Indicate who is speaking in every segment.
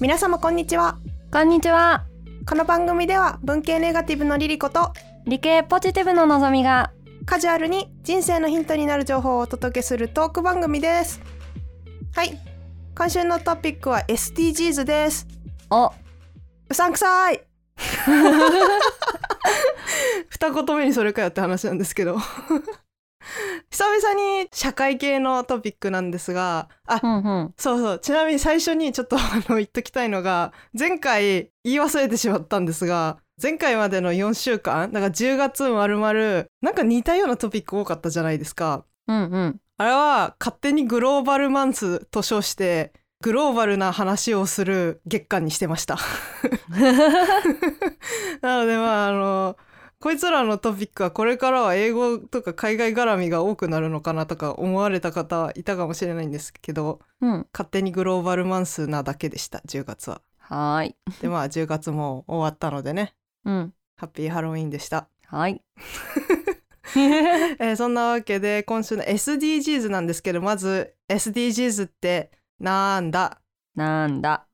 Speaker 1: 皆様こんにちは
Speaker 2: こんにちは
Speaker 1: この番組では文系ネガティブのリリコと
Speaker 2: 理系ポジティブののぞみが
Speaker 1: カジュアルに人生のヒントになる情報をお届けするトーク番組ですはい今週のトピックは SDGs です
Speaker 2: お
Speaker 1: うさんくさい二言目にそれかよって話なんですけど久々に社会系のトピックなんですがあ、
Speaker 2: うんうん
Speaker 1: そうそうちなみに最初にちょっとあの言っときたいのが前回言い忘れてしまったんですが前回までの4週間だから10月まるまるなんか似たようなトピック多かったじゃないですか
Speaker 2: うんうん
Speaker 1: あれは勝手にグローバルマンスと称してグローバルな話をする月間にしてましたなのでまああのこいつらのトピックはこれからは英語とか海外絡みが多くなるのかなとか思われた方いたかもしれないんですけど
Speaker 2: うん
Speaker 1: 勝手にグローバルマンスなだけでした10月 は。
Speaker 2: はーい
Speaker 1: でまあ10月も終わったのでね
Speaker 2: うん
Speaker 1: ハッピーハロウィンでした、
Speaker 2: はい
Speaker 1: えーそんなわけで今週の SDGs なんですけどまず SDGs ってなんだ
Speaker 2: なんだ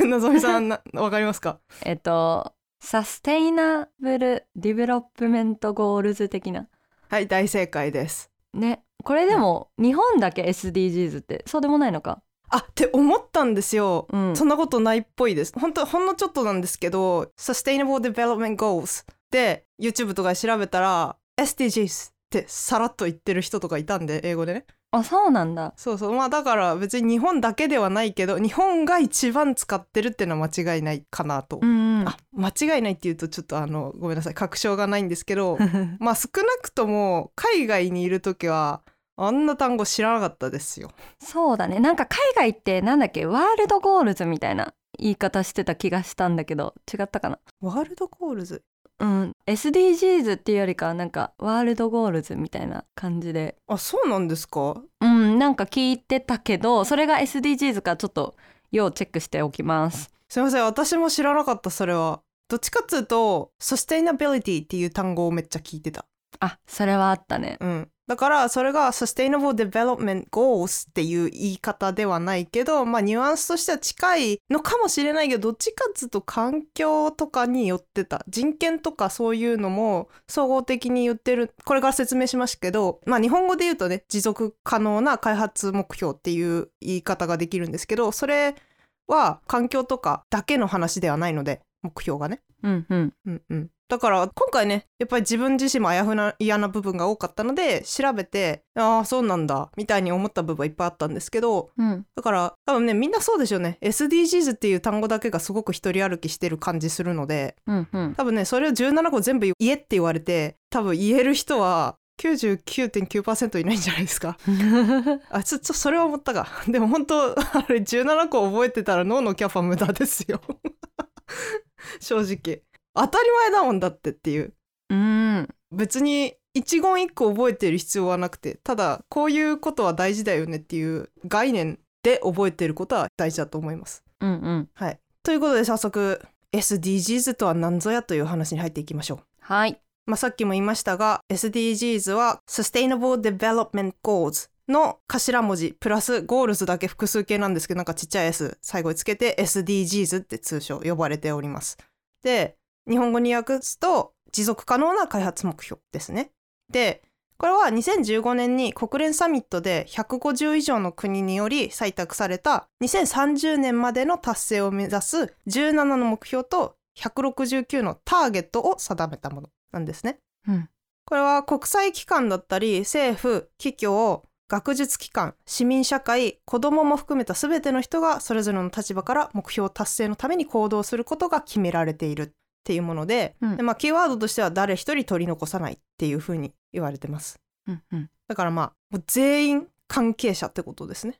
Speaker 1: のぞみさんなわかりますか
Speaker 2: えっとサステイナブルディベロップメントゴールズ的な
Speaker 1: はい大正解です。
Speaker 2: ねこれでも日本だけ SDGs ってそうでもないのか
Speaker 1: あって思ったんですよ。
Speaker 2: うん
Speaker 1: そんなことないっぽいです。本当ほんのちょっとなんですけど Sustainable Development Goals で YouTube とかで調べたら SDGs ってさらっと言ってる人とかいたんで英語でね。
Speaker 2: あそうなんだ
Speaker 1: そうそうまあだから別に日本だけではないけど日本が一番使ってるっていうのは間違いないかなと、
Speaker 2: うんうん
Speaker 1: あ間違いないっていうとちょっとあのごめんなさい確証がないんですけどまあ少なくとも海外にいる時はあんな単語知らなかったですよ
Speaker 2: そうだねなんか海外ってなんだっけワールドゴールズみたいな言い方してた気がしたんだけど違ったかな
Speaker 1: ワールドコールズ
Speaker 2: うん、SDGs っていうよりかはなんかワールドゴールズみたいな感じで
Speaker 1: あそうなんですか
Speaker 2: うんなんか聞いてたけどそれが SDGs かちょっと要チェックしておきます
Speaker 1: すいません私も知らなかったそれはどっちかっつうとサステイナビリティっていう単語をめっちゃ聞いてた
Speaker 2: あそれはあったね
Speaker 1: うん、だからそれが Sustainable Development Goals っていう言い方ではないけど、まあ、ニュアンスとしては近いのかもしれないけどどっちかっつうと環境とかに寄ってた人権とかそういうのも総合的に言ってるこれから説明しますけど、まあ、日本語で言うとね持続可能な開発目標っていう言い方ができるんですけどそれは環境とかだけの話ではないので目標がね。
Speaker 2: うんうん
Speaker 1: うんうん、だから今回ねやっぱり自分自身もあやふな嫌な部分が多かったので調べてああそうなんだみたいに思った部分はいっぱいあったんですけど
Speaker 2: うん
Speaker 1: だから多分ねみんなそうでしょうね SDGs っていう単語だけがすごく一人歩きしてる感じするので
Speaker 2: うんうん
Speaker 1: 多分ねそれを17個全部言えって言われて多分言える人は99.9%いないんじゃないですかあちょっとそれは思ったが でも本当あれ17個覚えてたら脳のキャパ無駄ですよ 正直当たり前だもんだってっていう
Speaker 2: うん
Speaker 1: 別に一言一句覚えてる必要はなくてただこういうことは大事だよねっていう概念で覚えてることは大事だと思います
Speaker 2: うんうん
Speaker 1: はいということで早速 SDGs とは何ぞやという話に入っていきましょう
Speaker 2: はい
Speaker 1: まあ、さっきも言いましたが SDGs は Sustainable Development Goals の頭文字プラスゴールズだけ複数形なんですけどなんかちっちゃい S 最後につけて SDGs って通称呼ばれております。で日本語に訳すと持続可能な開発目標ですね。でこれは2015年に国連サミットで150以上の国により採択された2030年までの達成を目指す17の目標と169のターゲットを定めたものなんですね。
Speaker 2: うん
Speaker 1: これは国際機関だったり政府企業学術機関市民社会子どもも含めた全ての人がそれぞれの立場から目標達成のために行動することが決められているっていうもので,、
Speaker 2: うん
Speaker 1: でまあ、キーワードとしては誰一人取り残さないっていうふうに言われてます。
Speaker 2: うんうん
Speaker 1: だからまあもう全員関係者ってことですね。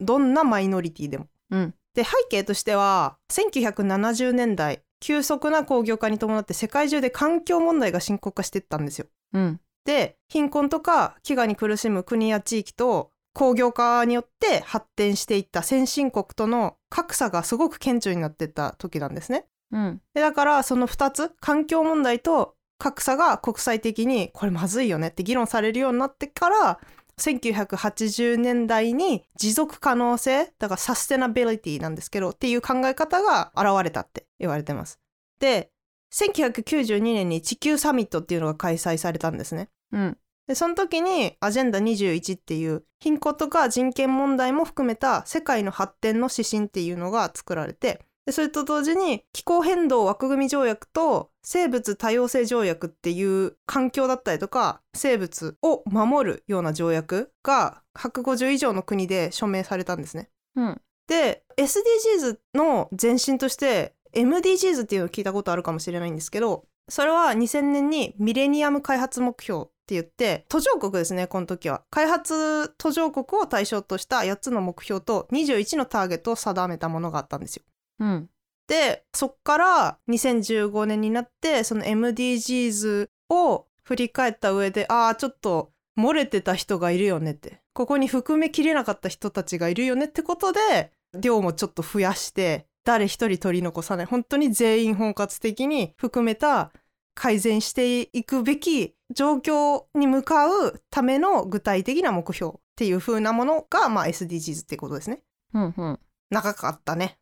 Speaker 1: どんなマイノリティでも。
Speaker 2: うん
Speaker 1: で背景としては1970年代急速な工業化に伴って世界中で環境問題が深刻化していったんですよ。
Speaker 2: うん
Speaker 1: で貧困とか飢餓に苦しむ国や地域と工業化によって発展していった先進国との格差がすごく顕著になっていった時なんですね。
Speaker 2: うん
Speaker 1: でだからその2つ環境問題と格差が国際的にこれまずいよねって議論されるようになってから1980年代に持続可能性だからサステナビリティなんですけどっていう考え方が現れたって言われてます。で1992年に地球サミットっていうのが開催されたんですね。
Speaker 2: うん
Speaker 1: でその時にアジェンダ21っていう貧困とか人権問題も含めた世界の発展の指針っていうのが作られてでそれと同時に気候変動枠組み条約と生物多様性条約っていう環境だったりとか生物を守るような条約が150以上の国で署名されたんですね。
Speaker 2: うん
Speaker 1: で SDGs の前身として MDGs っていうのを聞いたことあるかもしれないんですけどそれは2000年にミレニアム開発目標って言って途上国ですねこの時は開発途上国を対象とした8つの目標と21のターゲットを定めたものがあったんですよ。
Speaker 2: うん
Speaker 1: でそっから2015年になってその MDGs を振り返った上でああちょっと漏れてた人がいるよねってここに含めきれなかった人たちがいるよねってことで量もちょっと増やして誰一人取り残さない本当に全員包括的に含めた改善していくべき状況に向かうための具体的な目標っていう風なものが、まあ、SDGs ってことですね。
Speaker 2: うんうん
Speaker 1: 長かったね。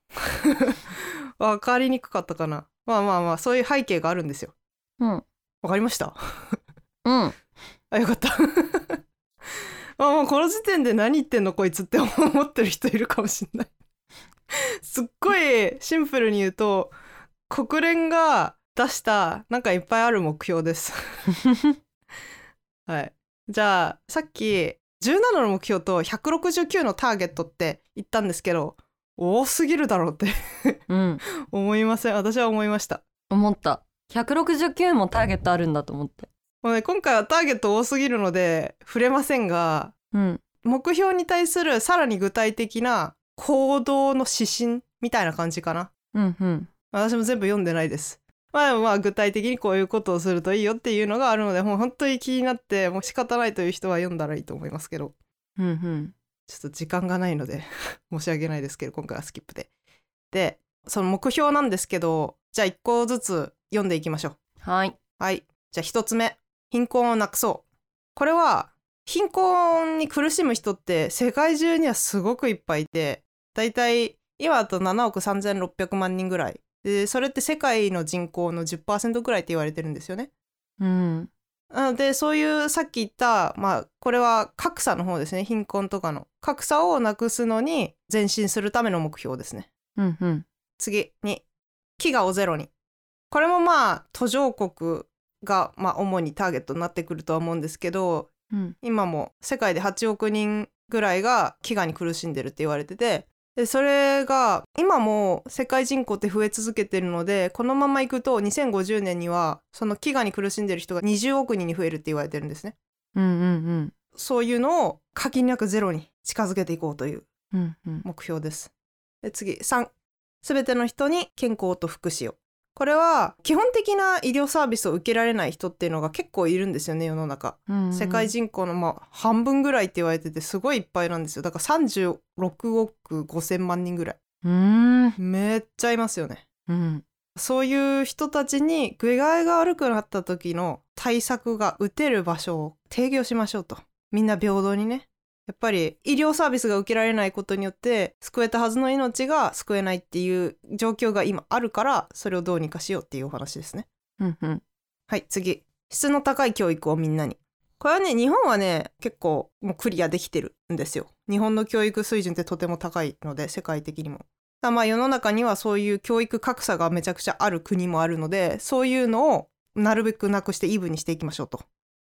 Speaker 1: わかりにくかったかな。まあまあまあ、そういう背景があるんですよ。
Speaker 2: うん
Speaker 1: わかりました
Speaker 2: うん
Speaker 1: あ、よかった。 まあもうこの時点で何言ってんのこいつって思ってる人いるかもしんない。 すっごいシンプルに言うと、国連が出したなんかいっぱいある目標です。 はい。じゃあ、さっき17の目標と169のターゲットって言ったんですけど、多すぎるだろうって
Speaker 2: うん
Speaker 1: 思いません私は思いました
Speaker 2: 思った169もターゲットあるんだと思って
Speaker 1: もう、ね、今回はターゲット多すぎるので触れませんが
Speaker 2: うん
Speaker 1: 目標に対するさらに具体的な行動の指針みたいな感じかな
Speaker 2: うんうん
Speaker 1: 私も全部読んでないですまあでもまあ具体的にこういうことをするといいよっていうのがあるのでもう本当に気になってもう仕方ないという人は読んだらいいと思いますけど
Speaker 2: うんうん
Speaker 1: ちょっと時間がないので 申し訳ないですけど今回はスキップででその目標なんですけどじゃあ一個ずつ読んでいきましょう
Speaker 2: はい
Speaker 1: はい。じゃあ一つ目。貧困をなくそう。これは、貧困に苦しむ人って世界中にはすごくいっぱいいて、だいたい今だと7億3600万人ぐらい。で、それって世界の人口の10%ぐらいって言われてるんですよね。
Speaker 2: うん
Speaker 1: なのでそういうさっき言ったまあこれは格差の方ですね貧困とかの格差をなくすのに前進するための目標ですね。
Speaker 2: うんうん
Speaker 1: 次に飢餓をゼロにこれもまあ途上国がまあ主にターゲットになってくるとは思うんですけど
Speaker 2: うん
Speaker 1: 今も世界で8億人ぐらいが飢餓に苦しんでるって言われててでそれが今も世界人口って増え続けてるのでこのままいくと2050年にはその飢餓に苦しんでる人が20億人に増えるって言われてるんですね。
Speaker 2: うんうん
Speaker 1: そういうのを限りなくゼロに近づけていこうという
Speaker 2: うんうん
Speaker 1: 目標です。で次3すべての人に健康と福祉をこれは基本的な医療サービスを受けられない人っていうのが結構いるんですよね世の中。
Speaker 2: うん
Speaker 1: 世界人口のまあ半分ぐらいって言われててすごいいっぱいなんですよだから36億5,000万人ぐらい
Speaker 2: うん
Speaker 1: めっちゃいますよね
Speaker 2: うん
Speaker 1: そういう人たちに具合が悪くなった時の対策が打てる場所を提供しましょうとみんな平等にねやっぱり医療サービスが受けられないことによって救えたはずの命が救えないっていう状況が今あるからそれをどうにかしようっていうお話ですね
Speaker 2: うんうん
Speaker 1: はい次質の高い教育をみんなにこれはね日本はね結構もうクリアできてるんですよ日本の教育水準ってとても高いので世界的にもだからまあ世の中にはそういう教育格差がめちゃくちゃある国もあるのでそういうのをなるべくなくしてイーブンにしていきましょうと、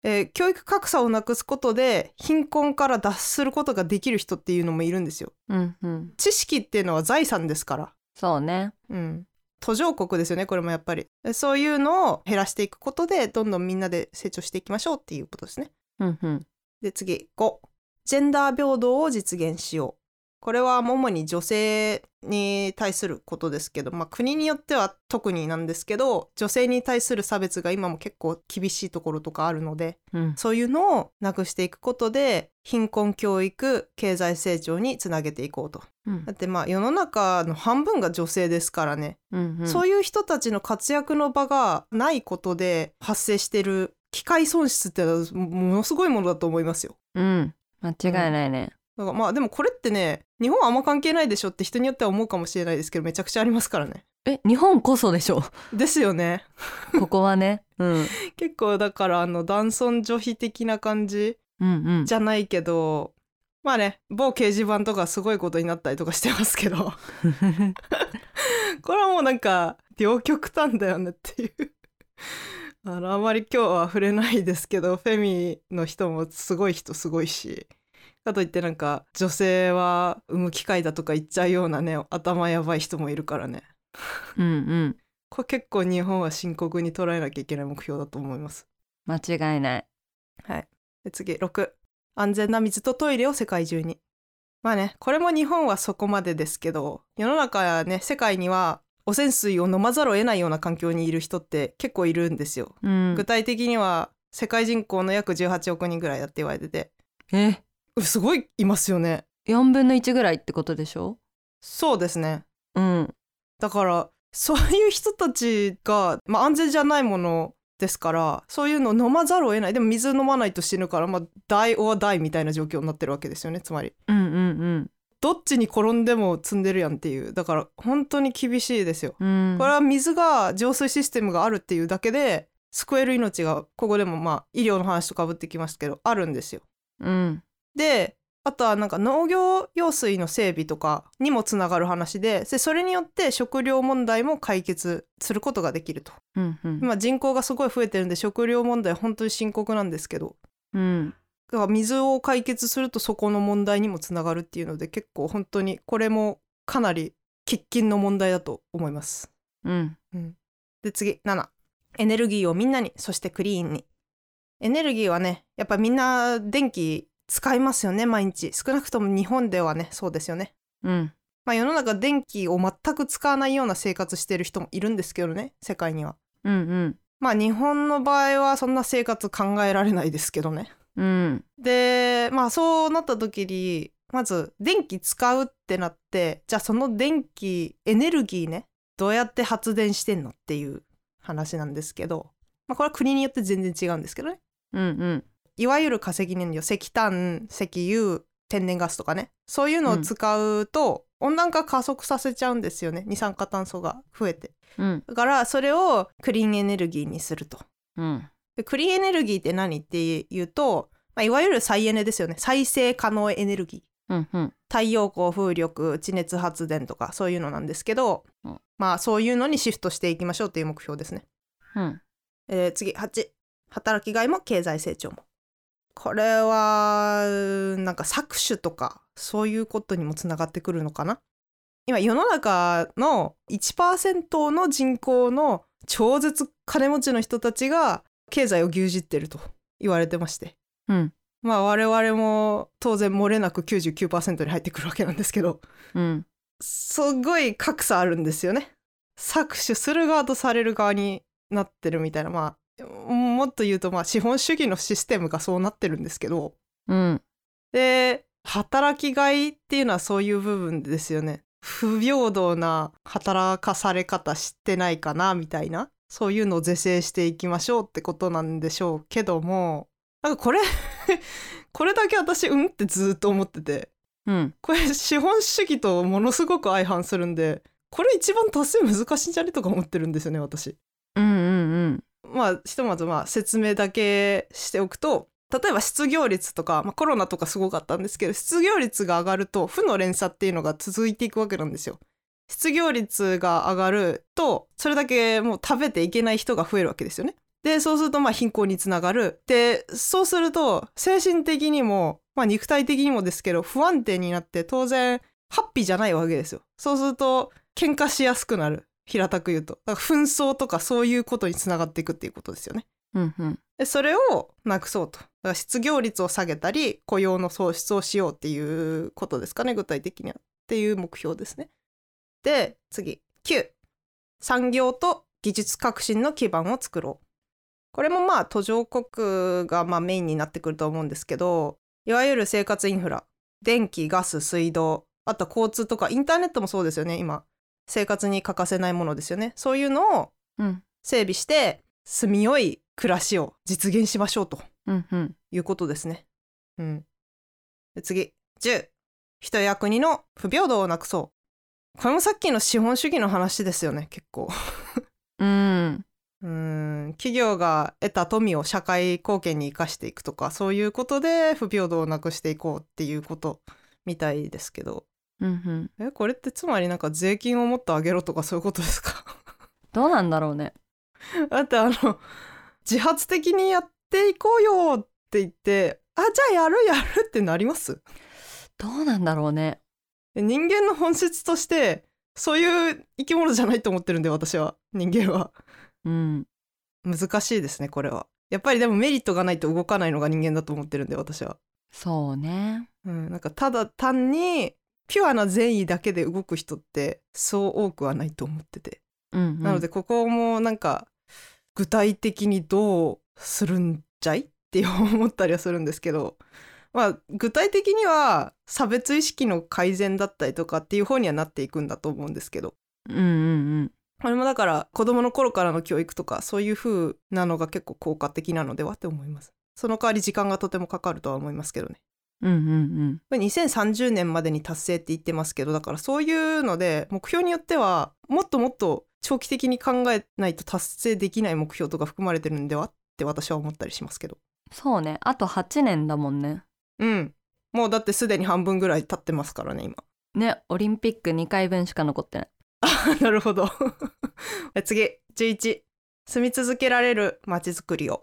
Speaker 1: えー教育格差をなくすことで貧困から脱することができる人っていうのもいるんですよ
Speaker 2: うんうん
Speaker 1: 知識っていうのは財産ですから
Speaker 2: そうね
Speaker 1: うん、途上国ですよねこれもやっぱりそういうのを減らしていくことでどんどんみんなで成長していきましょうっていうことですね
Speaker 2: うんうん
Speaker 1: で次5ジェンダー平等を実現しようこれは主に女性に対することですけど、まあ、国によっては特になんですけど女性に対する差別が今も結構厳しいところとかあるので
Speaker 2: うん
Speaker 1: そういうのをなくしていくことで貧困教育経済成長につなげていこうと
Speaker 2: うん
Speaker 1: だってまあ世の中の半分が女性ですからね
Speaker 2: うんうん
Speaker 1: そういう人たちの活躍の場がないことで発生してる機械損失ってのはものすごいものだと思いますよ。
Speaker 2: うん間違いないね、
Speaker 1: だからまあでもこれってね日本はあんま関係ないでしょって人によっては思うかもしれないですけどめちゃくちゃありますからね。
Speaker 2: え日本こそでしょ
Speaker 1: ですよね。
Speaker 2: ここはね、うん、
Speaker 1: 結構だからあの男尊女卑的な感じ
Speaker 2: うんうん
Speaker 1: じゃないけどまあね某掲示板とかすごいことになったりとかしてますけ どこれはもうなんか両極端だよねっていう。あのあまり今日は触れないですけどフェミの人もすごい人すごいしかといってなんか女性は産む機会だとか言っちゃうようなね頭やばい人もいるからね
Speaker 2: うんうん
Speaker 1: これ結構日本は深刻に捉えなきゃいけない目標だと思います。
Speaker 2: 間違いない
Speaker 1: で次6安全な水とトイレを世界中にまあねこれも日本はそこまでですけど世の中やね世界には汚染水を飲まざるを得ないような環境にいる人って結構いるんですよ、
Speaker 2: うん
Speaker 1: 具体的には世界人口の約18億人ぐらいだって言われてて
Speaker 2: え
Speaker 1: うすごいいますよね
Speaker 2: 4分の1ぐらいってことでしょ
Speaker 1: そうですね
Speaker 2: うん
Speaker 1: だからそういう人たちが、まあ、安全じゃないものですからそういうのを飲まざるを得ないでも水飲まないと死ぬからまあ大オア大みたいな状況になってるわけですよねつまり
Speaker 2: うんうん
Speaker 1: どっちに転んでも積んでるやんっていうだから本当に厳しいですよ、
Speaker 2: うんうん
Speaker 1: これは水が浄水システムがあるっていうだけで救える命がここでもまあ医療の話とかぶってきますけどあるんですよ
Speaker 2: うん
Speaker 1: であとはなんか農業用水の整備とかにもつながる話ででそれによって食料問題も解決することができると
Speaker 2: うんうん
Speaker 1: 今人口がすごい増えてるんで食料問題本当に深刻なんですけど
Speaker 2: うん
Speaker 1: だから水を解決するとそこの問題にもつながるっていうので結構本当にこれもかなり喫緊の問題だと思います。
Speaker 2: うん
Speaker 1: で次7エネルギーをみんなにそしてクリーンにエネルギーはねやっぱみんな電気使いますよね毎日少なくとも日本ではねそうですよね。
Speaker 2: うん
Speaker 1: まあ世の中電気を全く使わないような生活してる人もいるんですけどね世界には。
Speaker 2: うん
Speaker 1: まあ日本の場合はそんな生活考えられないですけどね。
Speaker 2: うん
Speaker 1: でまあそうなった時にまず電気使うってなってじゃあその電気エネルギーねどうやって発電してんのっていう話なんですけど、まあ、これは国によって全然違うんですけどね
Speaker 2: うん
Speaker 1: いわゆる化石燃料石炭石油天然ガスとかねそういうのを使うと、温暖化加速させちゃうんですよね二酸化炭素が増えて
Speaker 2: うん
Speaker 1: だからそれをクリーンエネルギーにすると
Speaker 2: うん
Speaker 1: でクリーンエネルギーって何っていうと、まあ、いわゆる再エネですよね再生可能エネルギー
Speaker 2: うんうん
Speaker 1: 太陽光風力地熱発電とかそういうのなんですけど、
Speaker 2: うん
Speaker 1: まあそういうのにシフトしていきましょうという目標ですね、
Speaker 2: うん
Speaker 1: えー次8働きがいも経済成長もこれはうーなんか搾取とかそういうことにもつながってくるのかな今世の中の1%の人口の超絶金持ちの人たちが経済を牛耳ってると言われてまして
Speaker 2: うん
Speaker 1: まあ我々も当然漏れなく99%に入ってくるわけなんですけど
Speaker 2: うん
Speaker 1: すごい格差あるんですよね。搾取する側とされる側になってるみたいなまあもっと言うとまあ資本主義のシステムがそうなってるんですけど
Speaker 2: うん
Speaker 1: で働きがいっていうのはそういう部分ですよね。不平等な働かされ方してないかなみたいなそういうのを是正していきましょうってことなんでしょうけどもなんかこれ これだけ私うんってずっと思ってて。
Speaker 2: うん
Speaker 1: これ資本主義とものすごく相反するんでこれ一番達成難しいんじゃねとか思ってるんですよね私。
Speaker 2: うん
Speaker 1: まあひとまずまあ説明だけしておくと例えば失業率とか、まあ、コロナとかすごかったんですけど失業率が上がると負の連鎖っていうのが続いていくわけなんですよ。失業率が上がるとそれだけもう食べていけない人が増えるわけですよね。でそうするとまあ貧困につながるでそうすると精神的にも、まあ、肉体的にもですけど不安定になって当然ハッピーじゃないわけですよ。そうすると喧嘩しやすくなる平たく言うとだから紛争とかそういうことにつながっていくっていうことですよね。
Speaker 2: うんうん
Speaker 1: でそれをなくそうとだから失業率を下げたり雇用の創出をしようっていうことですかね具体的にはっていう目標ですね。で次9産業と技術革新の基盤を作ろうこれもまあ途上国がまあメインになってくると思うんですけどいわゆる生活インフラ電気ガス水道あと交通とかインターネットもそうですよね今生活に欠かせないものですよねそういうのを
Speaker 2: うん
Speaker 1: 整備して住みよい暮らしを実現しましょうと
Speaker 2: うんうん
Speaker 1: いうことですね。うん、で次10人や国の不平等をなくそうこれもさっきの資本主義の話ですよね結構
Speaker 2: うん
Speaker 1: うーん企業が得た富を社会貢献に生かしていくとかそういうことで不平等をなくしていこうっていうことみたいですけど
Speaker 2: うんうん
Speaker 1: えこれってつまりなんか税金をもっと上げろとかそういうことですか
Speaker 2: どうなんだろうね
Speaker 1: だってあの自発的にやっていこうよって言ってあじゃあやるやるってなります
Speaker 2: どうなんだろうね
Speaker 1: 人間の本質としてそういう生き物じゃないと思ってるんで私は人間は
Speaker 2: うん
Speaker 1: 難しいですねこれはやっぱりでもメリットがないと動かないのが人間だと思ってるんで私は
Speaker 2: そうね
Speaker 1: うん、なんかただ単にピュアな善意だけで動く人ってそう多くはないと思ってて、
Speaker 2: うん、うん、
Speaker 1: なのでここもなんか具体的にどうするんじゃいって思ったりはするんですけど、まあ、具体的には差別意識の改善だったりとかっていう方にはなっていくんだと思うんですけど
Speaker 2: うんうん
Speaker 1: これもだから子供の頃からの教育とかそういう風なのが結構効果的なのではって思います。その代わり時間がとてもかかるとは思いますけどね。
Speaker 2: うんうんうん
Speaker 1: これ2030年までに達成って言ってますけどだからそういうので目標によってはもっともっと長期的に考えないと達成できない目標とか含まれてるんではって私は思ったりしますけど
Speaker 2: そうねあと8年だもんね
Speaker 1: うんもうだってすでに半分ぐらい経ってますからね今
Speaker 2: ねオリンピック2回分しか残ってない
Speaker 1: なるほど 次11住み続けられる街づくりを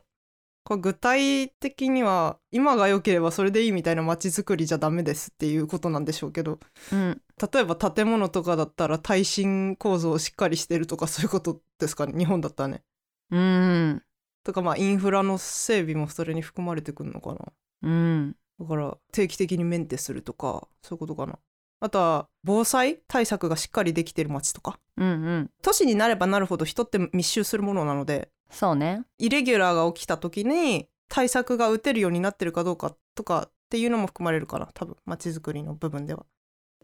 Speaker 1: これ具体的には今が良ければそれでいいみたいな街づくりじゃダメですっていうことなんでしょうけど
Speaker 2: うん
Speaker 1: 例えば建物とかだったら耐震構造をしっかりしてるとかそういうことですかね日本だったらね。
Speaker 2: うん
Speaker 1: とかまあインフラの整備もそれに含まれてくるのかな。
Speaker 2: うん
Speaker 1: だから定期的にメンテするとかそういうことかな。あとは防災対策がしっかりできてる街とか。
Speaker 2: うんうん
Speaker 1: 都市になればなるほど人って密集するものなので
Speaker 2: そうね
Speaker 1: イレギュラーが起きた時に対策が打てるようになってるかどうかとかっていうのも含まれるかな多分街づくりの部分では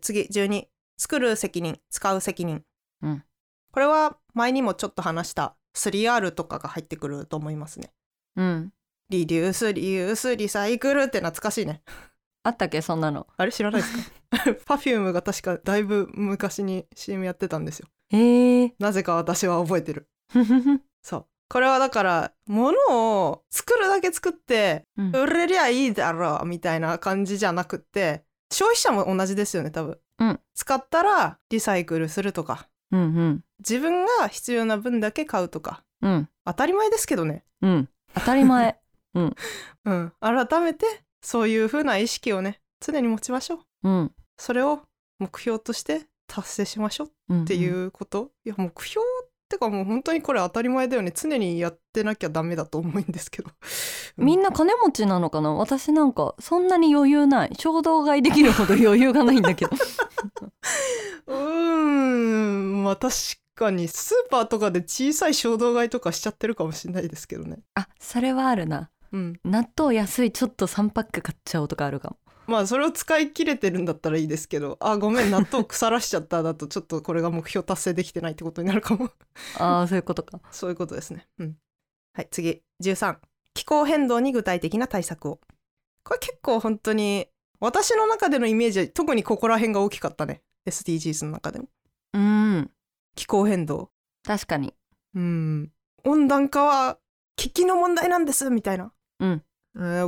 Speaker 1: 次12作る責任使う責任、
Speaker 2: うん
Speaker 1: これは前にもちょっと話した 3R とかが入ってくると思いますね
Speaker 2: うん
Speaker 1: リデュースリユースリサイクルって懐かしいね
Speaker 2: あったっけそんなの
Speaker 1: あれ知らないですか Perfume が確かだいぶ昔に CM やってたんですよ
Speaker 2: へえ
Speaker 1: なぜか私は覚えてるそうこれはだから物を作るだけ作って
Speaker 2: うん
Speaker 1: 売れりゃいいだろうみたいな感じじゃなくって消費者も同じですよね多分、
Speaker 2: うん
Speaker 1: 使ったらリサイクルするとか
Speaker 2: うんうん
Speaker 1: 自分が必要な分だけ買うとか
Speaker 2: うん
Speaker 1: 当たり前ですけどね、
Speaker 2: うん当たり前
Speaker 1: うん、改めてそういう風な意識をね常に持ちましょう
Speaker 2: うん
Speaker 1: それを目標として達成しましょう
Speaker 2: うん
Speaker 1: っていううこと、いや目標ってかもう本当にこれ当たり前だよね常にやってなきゃダメだと思うんですけど
Speaker 2: んみん
Speaker 1: な
Speaker 2: な金持ちなのかな私なんかそんなに余裕ない衝動買いできるほど余裕がないん だけど
Speaker 1: うーんまあ確かにスーパーとかで小さい衝動買いとかしちゃってるかもしれないですけどね
Speaker 2: あそれはあるな
Speaker 1: うん
Speaker 2: 納豆安いちょっと3パック買っちゃおうとかある かも
Speaker 1: まあそれを使い切れてるんだったらいいですけどあごめん納豆腐らしちゃっただとちょっとこれが目標達成できてないってことになるかも
Speaker 2: ああそういうことか
Speaker 1: そういうことですねうんはい次13気候変動に具体的な対策をこれ結構本当に私の中でのイメージは特にここら辺が大きかったね SDGs の中でも
Speaker 2: うん
Speaker 1: 気候変動
Speaker 2: 確かに
Speaker 1: うん、温暖化は喫緊の問題なんですみたいな、
Speaker 2: うん
Speaker 1: うん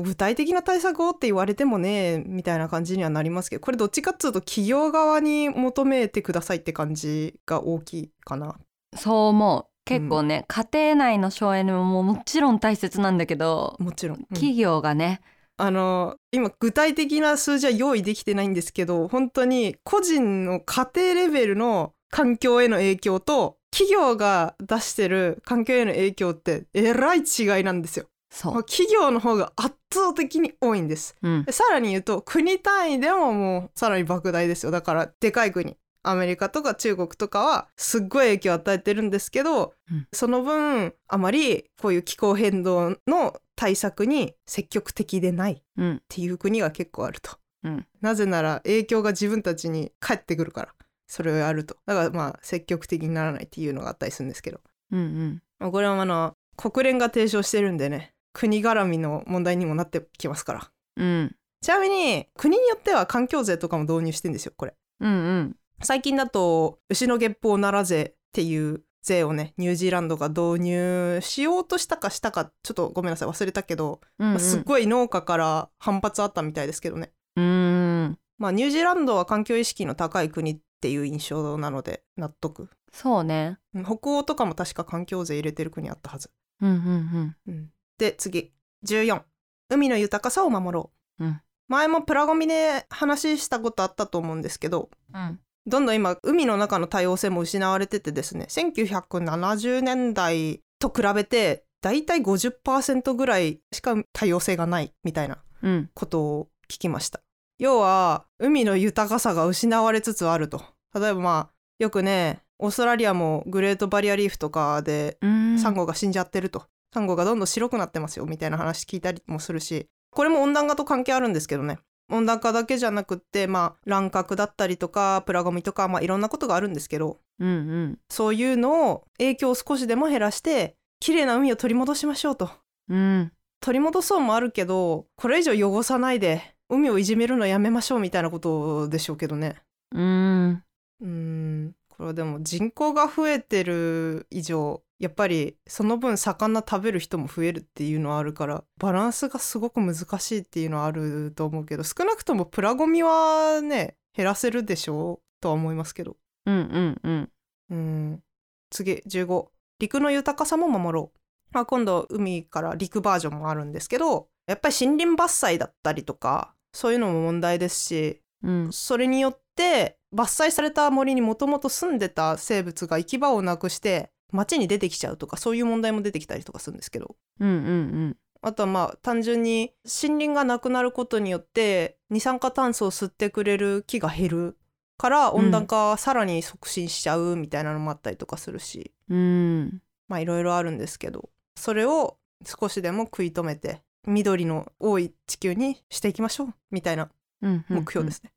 Speaker 1: 具体的な対策をって言われてもねみたいな感じにはなりますけどこれどっちかっつうと企業側に求めてくださいって感じが大きいかな。
Speaker 2: そう思う結構ね、家庭内の省エネももちろん大切なんだけど、
Speaker 1: もちろん、うん
Speaker 2: 企業がね
Speaker 1: あの今具体的な数字は用意できてないんですけど本当に個人の家庭レベルの環境への影響と企業が出してる環境への影響ってえらい違いなんですよ。
Speaker 2: そう、
Speaker 1: 企業の方が圧倒的に多いんです
Speaker 2: うん
Speaker 1: でさらに言うと国単位でももうさらに莫大ですよだからでかい国アメリカとか中国とかはすっごい影響を与えてるんですけど、
Speaker 2: うん
Speaker 1: その分あまりこういう気候変動の対策に積極的でないっ
Speaker 2: うん
Speaker 1: ていう国が結構あると、
Speaker 2: うん
Speaker 1: なぜなら影響が自分たちに返ってくるからそれをやるとだからまあ積極的にならないっていうのがあったりするんですけど
Speaker 2: うんうん
Speaker 1: まあこれはあの国連が提唱してるんでね国絡みの問題にもなってきますから
Speaker 2: うん
Speaker 1: ちなみに国によっては環境税とかも導入してんですよこれ
Speaker 2: うんうん
Speaker 1: 最近だと牛の月報なら税っていう税をねニュージーランドが導入しようとしたかしたかちょっとごめんなさい忘れたけど、
Speaker 2: うんう
Speaker 1: ま
Speaker 2: ん
Speaker 1: あすっごい農家から反発あったみたいですけどね
Speaker 2: うーん
Speaker 1: まあニュージーランドは環境意識の高い国っていう印象なので納得
Speaker 2: そうね
Speaker 1: うん北欧とかも確か環境税入れてる国あったはず、
Speaker 2: うんうん
Speaker 1: うんで次14海の豊かさを守ろう、
Speaker 2: うん
Speaker 1: 前もプラゴミで話したことあったと思うんですけど
Speaker 2: うんうん
Speaker 1: どんどん今海の中の多様性も失われててですね1970年代と比べてだいたい50%ぐらいしか多様性がないみたいな
Speaker 2: うん
Speaker 1: ことを聞きました要は海の豊かさが失われつつあると例えばまあよくねオーストラリアもグレートバリアリーフとかで
Speaker 2: うん
Speaker 1: サンゴが死んじゃってると、サンゴがどんどん白くなってますよみたいな話聞いたりもするしこれも温暖化と関係あるんですけどね温暖化だけじゃなくってまあ乱獲だったりとかプラゴミとかまあいろんなことがあるんですけど
Speaker 2: うんうん
Speaker 1: そういうのを影響を少しでも減らして綺麗な海を取り戻しましょうと
Speaker 2: うん
Speaker 1: 取り戻そうもあるけどこれ以上汚さないで海をいじめるのやめましょうみたいなことでしょうけどね
Speaker 2: うん
Speaker 1: うーんこれはでも人口が増えてる以上やっぱりその分魚食べる人も増えるっていうのはあるからバランスがすごく難しいっていうのはあると思うけど少なくともプラゴミはね減らせるでしょうとは思いますけど
Speaker 2: うんうんうん
Speaker 1: うーん次15陸の豊かさも守ろう、まあ、今度海から陸バージョンもあるんですけどやっぱり森林伐採だったりとかそういうのも問題ですし
Speaker 2: うん
Speaker 1: それによって伐採された森にもともと住んでた生物が行き場をなくして町に出てきちゃうとかそういう問題も出てきたりとかするんですけど
Speaker 2: うんうん
Speaker 1: あとはまあ単純に森林がなくなることによって二酸化炭素を吸ってくれる木が減るから
Speaker 2: うん
Speaker 1: 温暖化はさらに促進しちゃうみたいなのもあったりとかするし、
Speaker 2: うんうん
Speaker 1: まあいろいろあるんですけどそれを少しでも食い止めて緑の多い地球にしていきましょうみたいな
Speaker 2: うんうん
Speaker 1: 目標ですね。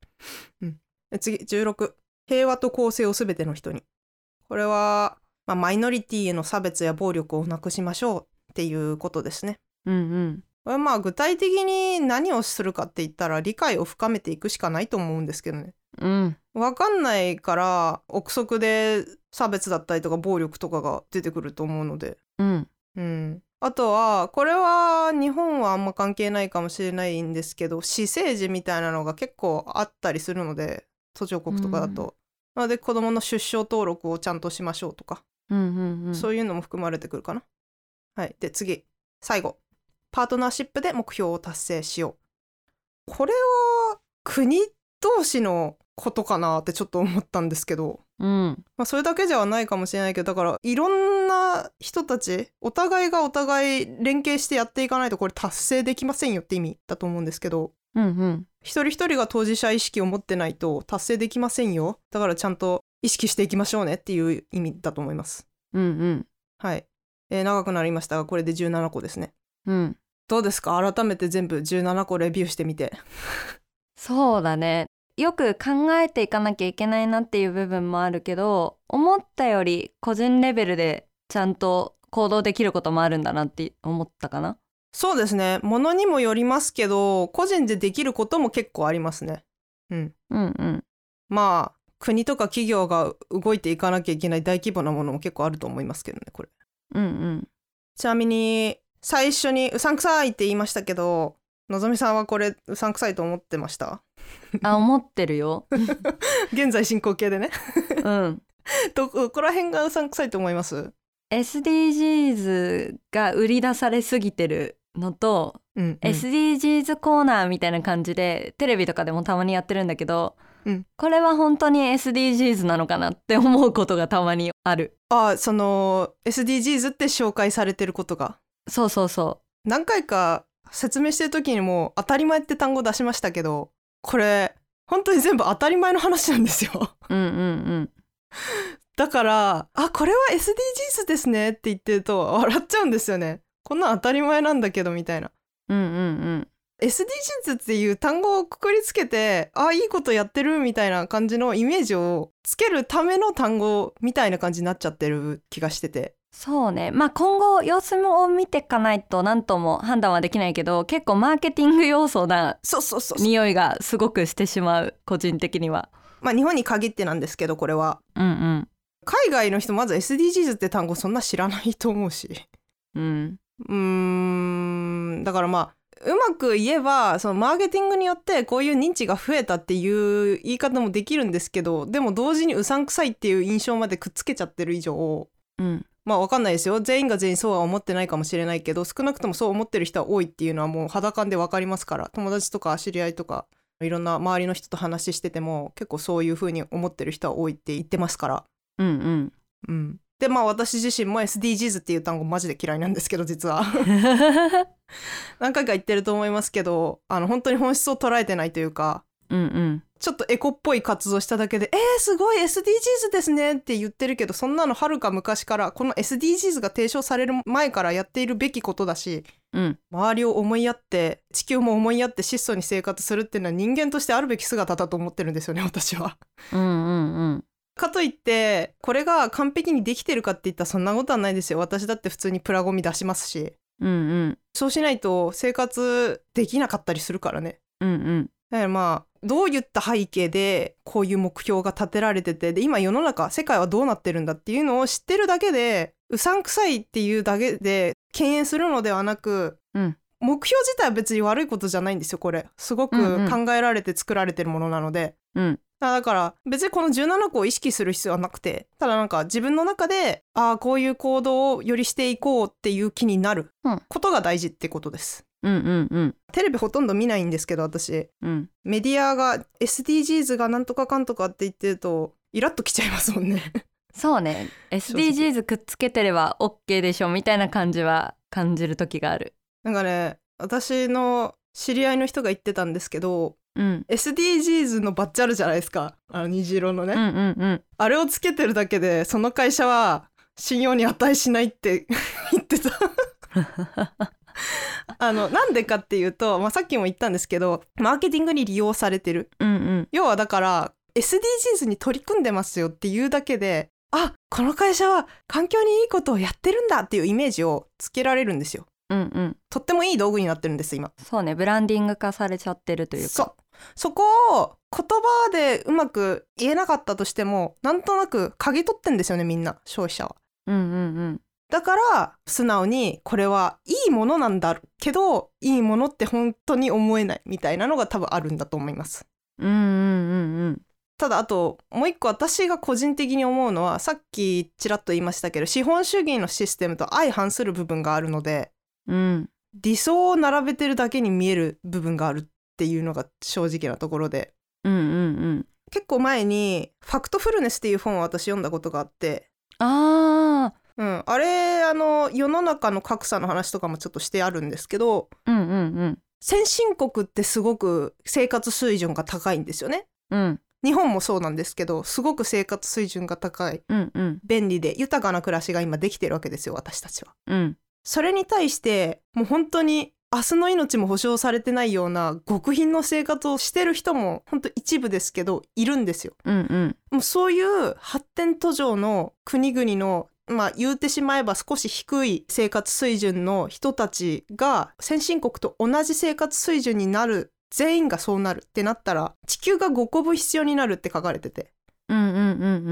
Speaker 1: うん次16平和と公正をすべての人にこれは、まあ、マイノリティへの差別や暴力をなくしましょうっていうことですね。
Speaker 2: うんうん
Speaker 1: これはまあ具体的に何をするかって言ったら理解を深めていくしかないと思うんですけどね。
Speaker 2: うん
Speaker 1: わかんないから憶測で差別だったりとか暴力とかが出てくると思うので
Speaker 2: うん
Speaker 1: うん、あとはこれは日本はあんま関係ないかもしれないんですけど私生児みたいなのが結構あったりするので途上国とかだと。なので子どもの出生登録をちゃんとしましょうとか、
Speaker 2: うんうんうん
Speaker 1: そういうのも含まれてくるかな。はい、で次最後パートナーシップで目標を達成しよう。これは国同士のことかなってちょっと思ったんですけど。
Speaker 2: うん
Speaker 1: まあ、それだけじゃないかもしれないけどだからいろんな人たちお互いがお互い連携してやっていかないとこれ達成できませんよって意味だと思うんですけど
Speaker 2: うんうん
Speaker 1: 一人一人が当事者意識を持ってないと達成できませんよだからちゃんと意識していきましょうねっていう意味だと思います
Speaker 2: うんうん
Speaker 1: はい、えー長くなりましたがこれで17個ですね
Speaker 2: うん
Speaker 1: どうですか改めて全部17個レビューしてみて
Speaker 2: そうだねよく考えていかなきゃいけないなっていう部分もあるけど思ったより個人レベルでちゃんと行動できることもあるんだなって思ったかな
Speaker 1: そうですねものにもよりますけど個人でできることも結構ありますねうん
Speaker 2: うんうん
Speaker 1: まあ国とか企業が動いていかなきゃいけない大規模なものも結構あると思いますけどねこれ
Speaker 2: うんうん
Speaker 1: ちなみに最初にうさんくさいって言いましたけどのぞみさんはこれうさんくさいと思ってました
Speaker 2: あ思ってるよ
Speaker 1: 現在進行形でね
Speaker 2: うん
Speaker 1: どどこら辺がうさんくさいと思います
Speaker 2: SDGs が売り出されすぎてるのと
Speaker 1: うん、うん
Speaker 2: SDGs コーナーみたいな感じでテレビとかでもたまにやってるんだけど、
Speaker 1: うん
Speaker 2: これは本当に SDGs なのかなって思うことがたまにある
Speaker 1: あその SDGs って紹介されてることが
Speaker 2: そうそうそ
Speaker 1: 何回か説明してる時にも当たり前って単語出しましたけどこれ本当に全部当たり前の話なんですよ
Speaker 2: ううんうん
Speaker 1: だから「あこれは SDGs ですね」って言ってると笑っちゃうんですよね。こんなん当たり前なんだけどみたいな。
Speaker 2: うんうんうん
Speaker 1: SDGs っていう単語をくくりつけてあいいことやってるみたいな感じのイメージをつけるための単語みたいな感じになっちゃってる気がしてて
Speaker 2: そうねまあ今後様子を見ていかないと何とも判断はできないけど結構マーケティング要素な
Speaker 1: そうそうそうそう
Speaker 2: 匂いがすごくしてしまう個人的には。
Speaker 1: まあ日本に限ってなんですけどこれは
Speaker 2: うん
Speaker 1: 海外の人まず SDGs って単語そんな知らないと思うし
Speaker 2: うんう
Speaker 1: う
Speaker 2: ん
Speaker 1: ーんだからまあうまく言えばそのマーケティングによってこういう認知が増えたっていう言い方もできるんですけどでも同時にうさんくさいっていう印象までくっつけちゃってる以上
Speaker 2: うん
Speaker 1: まあわかんないですよ全員が全員そうは思ってないかもしれないけど少なくともそう思ってる人は多いっていうのはもう肌感でわかりますから友達とか知り合いとかいろんな周りの人と話してても結構そういうふうに思ってる人は多いって言ってますから。
Speaker 2: うんうん
Speaker 1: うん、でまあ私自身も SDGs っていう単語マジで嫌いなんですけど実は。 何回か言ってると思いますけどあの本当に本質を捉えてないというか
Speaker 2: うんうん
Speaker 1: ちょっとエコっぽい活動しただけで「えー、すごい SDGs ですね」って言ってるけどそんなのはるか昔からこの SDGs が提唱される前からやっているべきことだし
Speaker 2: うん
Speaker 1: 周りを思いやって地球も思いやって質素に生活するっていうのは人間としてあるべき姿だと思ってるんですよね 私は。
Speaker 2: うんうんうん
Speaker 1: かといってこれが完璧にできてるかって言ったらそんなことはないですよ私だって普通にプラゴミ出しますし
Speaker 2: うんうん
Speaker 1: そうしないと生活できなかったりするからね。
Speaker 2: うんうん
Speaker 1: だからまあどういった背景でこういう目標が立てられててで今世の中世界はどうなってるんだっていうのを知ってるだけでうさんくさいっていうだけで敬遠するのではなく、
Speaker 2: うん
Speaker 1: 目標自体は別に悪いことじゃないんですよこれすご
Speaker 2: うんう
Speaker 1: く
Speaker 2: ん
Speaker 1: 考えられて作られてるものなので、
Speaker 2: うん
Speaker 1: あだから別にこの17個を意識する必要はなくてただなんか自分の中でああこういう行動をよりしていこうっていう気になる
Speaker 2: うん
Speaker 1: ことが大事ってことです。
Speaker 2: うんうんうん
Speaker 1: テレビほとんど見ないんですけど私
Speaker 2: うん
Speaker 1: メディアが SDGs がなんとかかんとかって言ってるとイラッときちゃいますもんね。
Speaker 2: そうね SDGs くっつけてれば OK でしょみたいな感じは感じる時がある。
Speaker 1: なんかね私の知り合いの人が言ってたんですけど
Speaker 2: うん
Speaker 1: SDGs のバッジあるじゃないですかあの虹色のね、
Speaker 2: うんうんうん
Speaker 1: あれをつけてるだけでその会社は信用に値しないって 言って た。あのなんでかっていうと、まあ、さっきも言ったんですけどマーケティングに利用されてる
Speaker 2: うんうん
Speaker 1: 要はだから SDGs に取り組んでますよっていうだけであこの会社は環境にいいことをやってるんだっていうイメージをつけられるんですよ
Speaker 2: うんうん
Speaker 1: とってもいい道具になってるんです今
Speaker 2: そうねブランディング化されちゃってるというか
Speaker 1: そうそこを言葉でうまく言えなかったとしてもなんとなく嗅ぎ取ってんですよねみんな消費者は
Speaker 2: うんうんうん
Speaker 1: だから素直にこれはいいものなんだけどいいものって本当に思えないみたいなのが多分あるんだと思います
Speaker 2: うんうんうん
Speaker 1: ただあともう一個私が個人的に思うのはさっきちらっと言いましたけど資本主義のシステムと相反する部分があるので
Speaker 2: うんうん
Speaker 1: 理想を並べてるだけに見える部分があるっていうのが正直なところで
Speaker 2: うんうんうん
Speaker 1: 結構前に「ファクトフルネス」っていう本を私読んだことがあって、
Speaker 2: あ
Speaker 1: うん、あれあの世の中の格差の話とかもちょっとしてあるんですけど
Speaker 2: ーうんうんうん
Speaker 1: 先進国ってすごく生活水準が高いんですよね。
Speaker 2: うん
Speaker 1: 日本もそうなんですけどすごく生活水準が高い
Speaker 2: うんうん
Speaker 1: 便利で豊かな暮らしが今できてるわけですよ私たちは。
Speaker 2: うん
Speaker 1: それに対してもう本当に明日の命も保証されてないような極貧の生活をしてる人も本当一部ですけどいるんですよ。
Speaker 2: うんうん
Speaker 1: もうそういう発展途上の国々のまあ言うてしまえば少し低い生活水準の人たちが先進国と同じ生活水準になる全員がそうなるってなったら地球が5個分必要になるって書かれてて
Speaker 2: うんうんうんう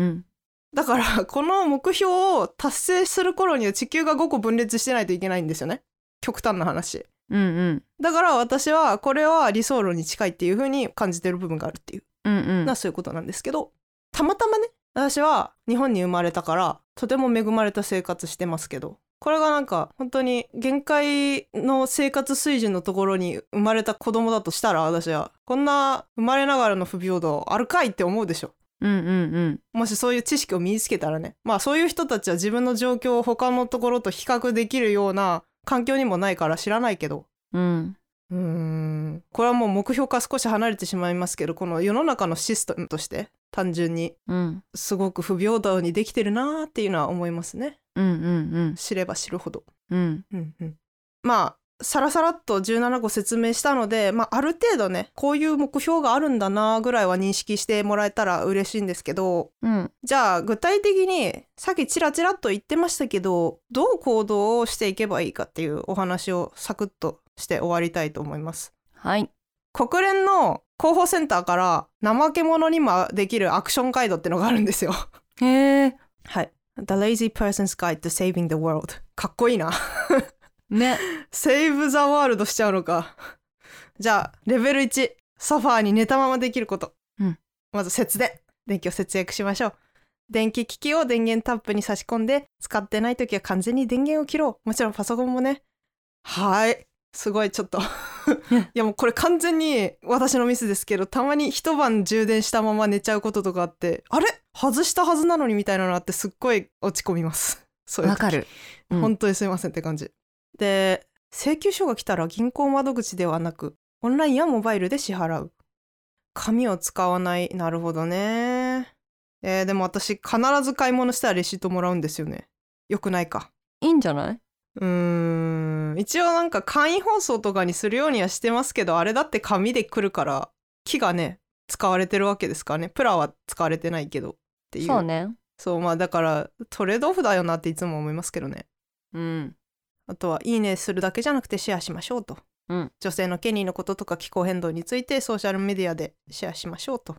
Speaker 2: ん
Speaker 1: だから この目標を達成する頃には地球が5個分裂してないといけないんですよね極端な話
Speaker 2: うんうん
Speaker 1: だから私はこれは理想論に近いっていう風に感じてる部分があるっていう
Speaker 2: うんうん
Speaker 1: なそういうことなんですけどたまたまね私は日本に生まれたからとても恵まれた生活してますけどこれがなんか本当に限界の生活水準のところに生まれた子供だとしたら私はこんな生まれながらの不平等あるかいって思うでしょ
Speaker 2: うんうんうん
Speaker 1: もしそういう知識を身につけたらねまあそういう人たちは自分の状況を他のところと比較できるような環境にもないから知らないけど
Speaker 2: うん
Speaker 1: うーんこれはもう目標から少し離れてしまいますけどこの世の中のシステムとして単純に
Speaker 2: うん
Speaker 1: すごく不平等にできてるなーっていうのは思いますね
Speaker 2: うんうんうん
Speaker 1: 知れば知るほど。
Speaker 2: うん
Speaker 1: うんうん、まあさらさらっと17個説明したので、まあ、ある程度ねこういう目標があるんだなぐらいは認識してもらえたら嬉しいんですけど
Speaker 2: うん
Speaker 1: じゃあ具体的にさっきちらちらっと言ってましたけどどう行動をしていけばいいかっていうお話をサクッとして終わりたいと思います。
Speaker 2: はい
Speaker 1: 国連の広報センターから怠け者にもできるアクションガイドってのがあるんですよ。
Speaker 2: へえ
Speaker 1: はい。The Lazy Person's Guide to Saving the World。かっこいいな。
Speaker 2: ね
Speaker 1: セーブ・ザ・ワールドしちゃうのか。じゃあ、レベル1。ソファーに寝たままできること。
Speaker 2: うん
Speaker 1: まず節電。電気を節約しましょう。電気機器を電源タップに差し込んで、使ってない時は完全に電源を切ろう。もちろんパソコンもね。はい。すごい、ちょっ と。いや、もうこれ完全に私のミスですけど、たまに一晩充電したまま寝ちゃうこととかあって、あれ外したはずなのにみたいなのあって、すっごい落ち込みます。そういう時
Speaker 2: わかるうん
Speaker 1: 本当にすいませんって感じ。で請求書が来たら銀行窓口ではなくオンラインやモバイルで支払う。紙を使わないなるほどね。えーでも私必ず買い物したらレシートもらうんですよね。よくないか。
Speaker 2: いいんじゃないう
Speaker 1: ーん一応なんか簡易包装とかにするようにはしてますけどあれだって紙で来るから木がね使われてるわけですからねプラは使われてないけどっていう
Speaker 2: そうね
Speaker 1: そうまあだからトレードオフだよなっていつも思いますけどね
Speaker 2: うん
Speaker 1: あとは「いいね」するだけじゃなくてシェアしましょうと、
Speaker 2: うん
Speaker 1: 女性の権利のこととか気候変動についてソーシャルメディアでシェアしましょうと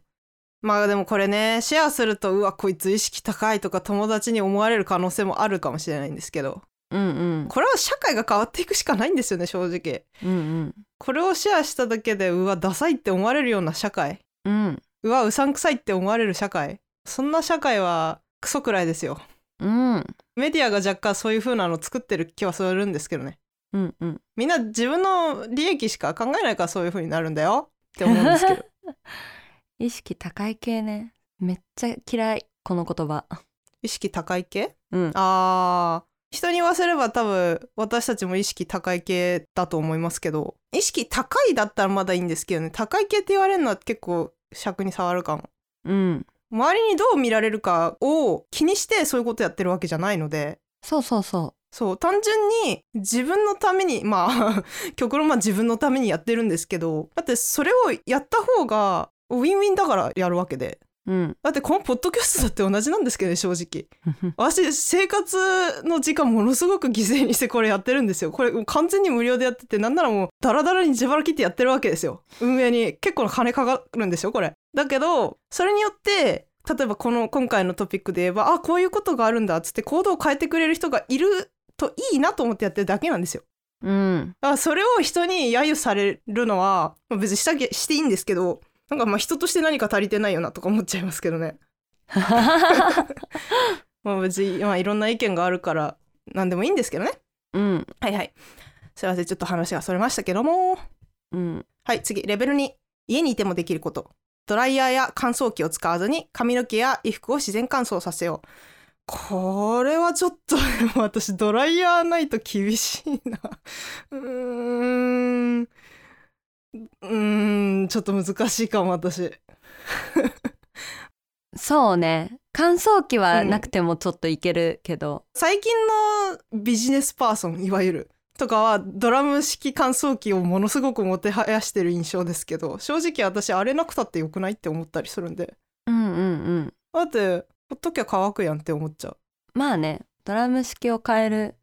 Speaker 1: まあでもこれねシェアするとうわこいつ意識高いとか友達に思われる可能性もあるかもしれないんですけど
Speaker 2: うんうん
Speaker 1: これは社会が変わっていくしかないんですよね正直
Speaker 2: うん
Speaker 1: これをシェアしただけでうわダサいって思われるような社会
Speaker 2: うんうん
Speaker 1: うわうさんくさいって思われる社会そんな社会はクソくらいですよ
Speaker 2: うん
Speaker 1: メディアが若干そういう風なの作ってる気はするんですけどね
Speaker 2: うんうん
Speaker 1: みんな自分の利益しか考えないからそういう風になるんだよって思うんですけど
Speaker 2: 意識高い系ねめっちゃ嫌いこの言葉
Speaker 1: 意識高い系
Speaker 2: うん
Speaker 1: あー人に言わせれば多分私たちも意識高い系だと思いますけど意識高いだったらまだいいんですけどね高い系って言われるのは結構尺に触るかも
Speaker 2: うん
Speaker 1: 周りにどう見られるかを気にしてそういうことやってるわけじゃないので
Speaker 2: そうそうそ
Speaker 1: そう単純に自分のためにまあ 極論まあ自分のためにやってるんですけどだってそれをやった方がウィンウィンだからやるわけで
Speaker 2: ううん
Speaker 1: だってこのポッドキャストだって同じなんですけどね正直私生活の時間ものすごく犠牲にしてこれやってるんですよこれ完全に無料でやっててなんならもうダラダラに自腹切ってやってるわけですよ運営に結構な金かかるんでしょこれだけどそれによって例えばこの今回のトピックで言えばあこういうことがあるんだっつって行動を変えてくれる人がいるといいなと思ってやってるだけなんですよ
Speaker 2: うん
Speaker 1: だからそれを人に揶揄されるのはまあ別にしたけしていいんですけどなんかまあ人として何か足りてないよなとか思っちゃいますけど ねまあ別に、まあ、いろんな意見があるから何でもいいんですけどね
Speaker 2: うん
Speaker 1: はいはいすいませんちょっと話がそれましたけども
Speaker 2: うん
Speaker 1: はい次レベル2家にいてもできることドライヤーや乾燥機を使わずに髪の毛や衣服を自然乾燥させようこれはちょっと 私ドライヤーないと厳しいな うーんうーんちょっと難しいかも私
Speaker 2: そうね乾燥機はなくてもちょっといけるけど、
Speaker 1: 最近のビジネスパーソンいわゆるとかはドラム式乾燥機をものすごくもてはやしてる印象ですけど正直私あれなくたってよくないって思ったりするんで
Speaker 2: うん、うんうん
Speaker 1: だってほっときゃ乾くやんって思っちゃう
Speaker 2: まあねドラム式を変える